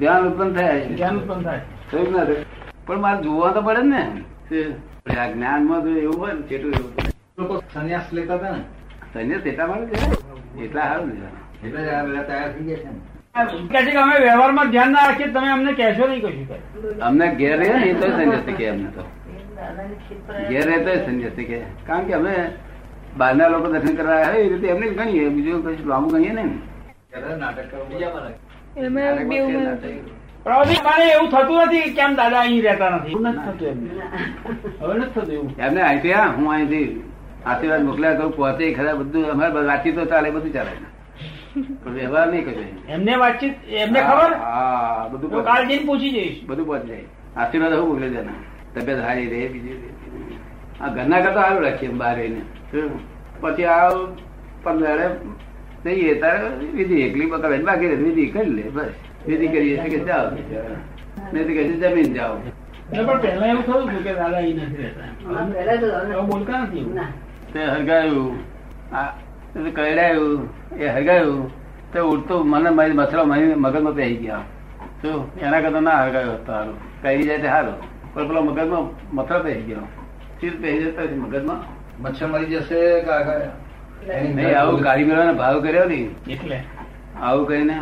ધ્યાન ઉત્પન્ન થાય છે જ્ઞાન ઉત્પન્ન થાય થયું ના થયું? પણ મારે જોવા તો પડે ને તે આ જ્ઞાનમાં તો એવું હોય ને કેટલું એવું પડે. લોકો સંન્યાસ લેતા હતા ને તને તેટલા મળે છે એટલા હારું ને એટલે જ આ બધા તૈયાર થઈ ગયા છે ને કહે છે કે અમે વ્યવહારમાં ધ્યાન ના રાખીએ તો તમે અમને કહેશો નહીં કશું કઈ અમને ઘેર રહે ને એ તો સંન્યાસી કે અમને તો ઘેર રહેતો સંન્યાસી કે કારણ કે અમે બહારના લોકો દર્શન કરવા આવે એ રીતે એમને જ ગણીએ બીજું કશું લાંબુ ગણીએ નહીં ને ત્યારે નાટક કરવું પડે. એમાં બેઉ નાટકમાં ફેર ના પ્રવાસી અમારે એવું થતું નથી કે કેમ દાદા અહીં રહેતા નથી એવું નથી થતું એમને હવે નથી થતું એવું થાય. એમને અહીંથી હા હું અહીંથી આશીર્વાદ મોકલ્યા કરું પહોંચે ખરા બધું અમારે વાતચીતો ચાલે બધું ચાલે પણ વ્યવહાર નહીં કશું એમને વાતચીત એમને ખબર હા બધું તો પહોંચે. કાલ જઈને પૂછી જઈશ બધું પહોંચી જાય આશીર્વાદ હું મોકલે છે એના. તબિયત સારી રહે બીજી રહે. આ ઘરના કરતા સારું રાખીએ એમ બહાર રહીને શું? પછી આ પંદરે જઈએ તારે વિધિ એકલી બકડે બાકી રહે વિધિ કરી લે બસ વિધિ કરીએ છે કે જાઓ નહીં તો કહે છે જમીન જાઓ એટલે પણ પહેલા એવું થયું હતું કે દાદા અહીં નથી રહેતા હવે બોલતા નથી એવું. તે હરગાયું આ તે કરડાયું એ હરગાયું તે ઉડતું મને મારી મસરો મારી મગજમાં પહેરી ગયા શું એના કરતા ના હરગાયો હતો સારું કહી જાય તે સારું પણ પેલો મગજમાં મથરો પહેરી ગયો ચીર પહેરી જતો હશે મગજમાં મચ્છર મરી જશે કે આગળ એની નહીં આવું કાળી મેળવાનો ભાવ કર્યો ને એટલે આવું કરીને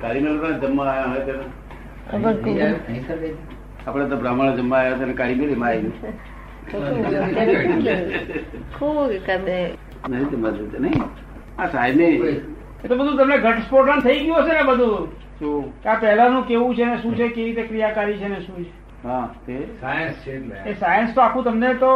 કાળી મેળવાનો જમવા આવ્યા હોય ત્યારે અહીં જાય, અહીં સર લઈ જાય. આપણે તો બ્રાહ્મણ જમવા આવ્યા હતા અને કાળી મેળીમાં આવી ખૂબ કરે નહીં જમવા જતા નહીં આ સાહેબ ને એ તો બધું તમને ઘટસ્ફોટન થઈ ગયું હશે ને બધું શું કે આ પહેલાનું કેવું છે ને શું છે કેવી રીતે ક્રિયાકારી છે ને શું છે હા તે સાયન્સ છે એટલે. એ સાયન્સ તો આખું તમને તો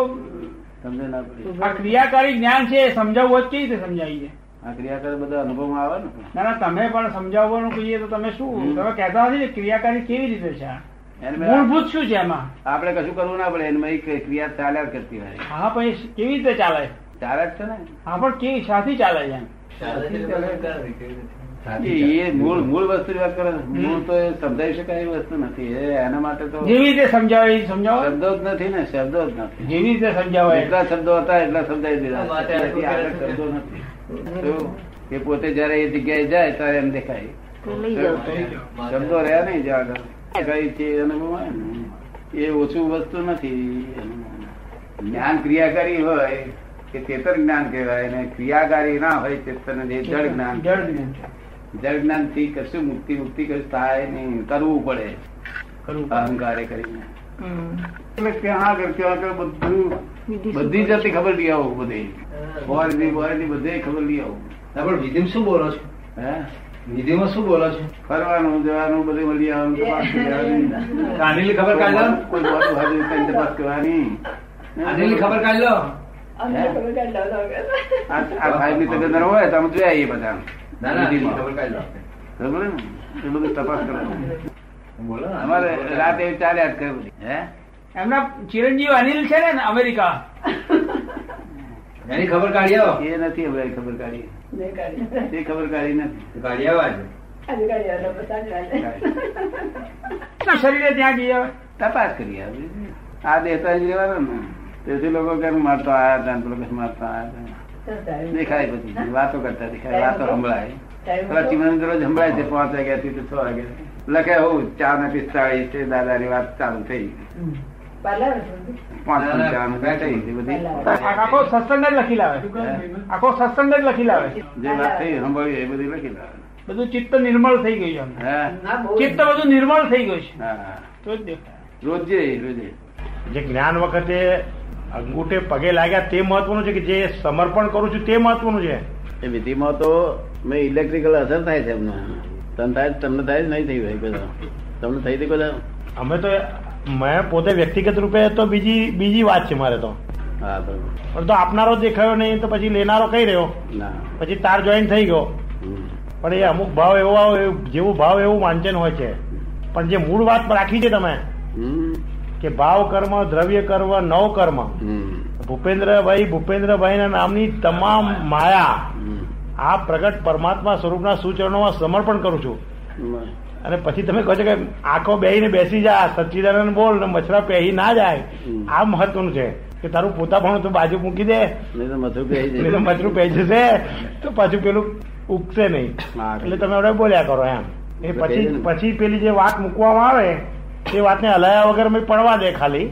તમને ના પડી આ ક્રિયાકારી જ્ઞાન છે એ સમજાવવું હોય તો કેવી રીતે સમજાવી છે આ ક્રિયાકાર બધા અનુભવમાં આવે ને ના ના તમે પણ સમજાવવાનું કહીએ તો તમે શું હમ. તમે કહેતા નથી કે ક્રિયાકારી કેવી રીતે છે આ? એને મેં મૂળભૂત શું છે એમાં આપણે કશું કરવું ના પડે એમાં એક ક્રિયા ચાલ્યા જ કરતી હોય હા પણ એ કેવી રીતે ચાલે ચાલે જ છે ને હા પણ કેવી સાથી ચાલે છે એમ સાચી એ વાત. મૂળ મૂળ વસ્તુની વાત કરે છે. મૂળ તો એ સમજાવી શકાય એવી વસ્તુ નથી એ એના માટે તો જેવી રીતે સમજાવે એ સમજાવો શબ્દો જ નથી ને શબ્દો જ નથી જેવી રીતે સમજાવાય એટલા શબ્દો હતા એટલા સમજાવી દીધા માથે આટલું એનાથી આગળ કરે છે. શબ્દો નથી તો એ પોતે જયારે એ જગ્યાએ જાય ત્યારે એમ દેખાય લઈ જાઉં શબ્દો રહ્યા નહીં જ્યાં આગળ કઈ છે અનુભવ હોય ને એ ઓછું વસ્તુ નથી જ્ઞાન ક્રિયાકારી હોય કે ચેતન જ્ઞાન કહેવાય ને ક્રિયાકારી ના હોય ચેતન જે જળ જ્ઞાન જળ જ્ઞાન જળ જ્ઞાન થી કશું મુક્તિ મુક્તિ કશું થાય નહીં કરવું પડે કરવું પડે. અહંકારે કરીને હમ. એટલે ક્યાં આગળ ક્યાં આગળ બધું બીજી શું બધી કરે? જાતની ખબર લઈ આવું બધી ફોરેનની બોરેનની બધે ખબર લઈ આવું ના, પણ વિધિમાં શું બોલો છો હે વિધિમાં શું બોલો છો ફરવાનું જવાનું બધે મળી આવવાનું તપાસ કરી આવવાની. કાઢેલી ખબર કોઈ કાઢ લો વાત- કોઈ વાત હાજરી કઈ તપાસ કરવાની કાઢેલી ખબર કાઢ લો આ આ સાહેબની તબિયત નરમ હોય તો અમે જોઈ આવીએ બધા ના ના આટલી વિધિમાં. ખબર કાઢ લો આપણે. બરોબર ને? એ બધું તપાસ કરવાની બોલો ને. અમારે રાતે એવી ચાલ્યા જ કરે બધી. હે એમના ચિરંજીવ અનિલ છે ને અમેરિકા એની ખબર કાઢી આવો એ નથી હવે ખબર કાઢી એ ખબર કાઢી નથી કાઢી આવો આજે શરીરે ત્યાં જઈ આવે તપાસ કરી આવે આ દેતા જ રહેવાનો ને તેથી લોકો કેમ મારતો આયા હતા ને પેલો કેમ મારતો આયા હતા દેખાય પછી વાતો કરતા દેખાય વાતો સંભળાય પેલા ચિમન દરરોજ સંભળાય છે પાંચ વાગ્યાથી તો છ વાગ્યા લખે હોઉં ચાર ને પિસ્તાળીસ છે દાદાની વાત ચાલુ થઈ પાંચ ને ચાર ને થઈ એ બધી આ- આખો સત્સંગ જ લખી લાવે આખો સત્સંગ જ લખી લાવે જે વાત થઈ સંભળાવી એ બધી લખી લાવે બધું ચિત્ત નિર્મળ થઈ ગયું છે એમને. હા ચિત્ત બધું નિર્મળ થઈ ગયું છે હા તો જ દેખાય રોજે રોજે જે જ્ઞાન વખતે અંગૂઠે પગે લાગ્યા તે મહત્વનું છે કે જે સમર્પણ કરું છું તે મહત્વનું છે એ વિધિમાં તો મેં ઇલેક્ટ્રિકલ અસર થાય છે એમને તમને થાય તમને થાય જ નહીં થઈ ભાઈ બધા તમને થઈ હતી બધા અમે તો મેં પોતે વ્યક્તિગત રૂપે તો બીજી બીજી વાત છે મારે તો હા બરોબર પણ તો આપનારો દેખાયો નહીં તો પછી લેનારો કઈ રહ્યો ના પછી તાર જોઈન થઈ ગયો હમ. પણ એ અમુક ભાવ એવો આવે, જેવું ભાવ એવું વાંચન હોય છે પણ જે મૂળ વાત રાખી છે તમે હમ. કે ભાવ કર્મ દ્રવ્ય કર્મ નવ કર્મ હમ. ભૂપેન્દ્રભાઈ ભૂપેન્દ્રભાઈના નામની તમામ માયા હમ. આ પ્રગટ પરમાત્મા સ્વરૂપના સૂચનોમાં સમર્પણ કરું છું બસ. અને પછી તમે કહો છો કે આંખો બેહીને બેસી જા સચ્ચિદાનંદ બોલ ને મચ્છરા પહેરી ના જાય હમ. આ મહત્વનું છે કે તારું પોતાપણું તું બાજુ મૂકી દે નહીં તો મથું કહી નહીં તો જાય મચ્છરું પહેરી જશે તો પાછું પેલું ઉગશે નહીં હા. એટલે તમે હવે બોલ્યા કરો એમ એ પછી પછી પેલી જે વાત મૂકવામાં આવે તે વાતને હલાયા વગર મેં પડવા દે ખાલી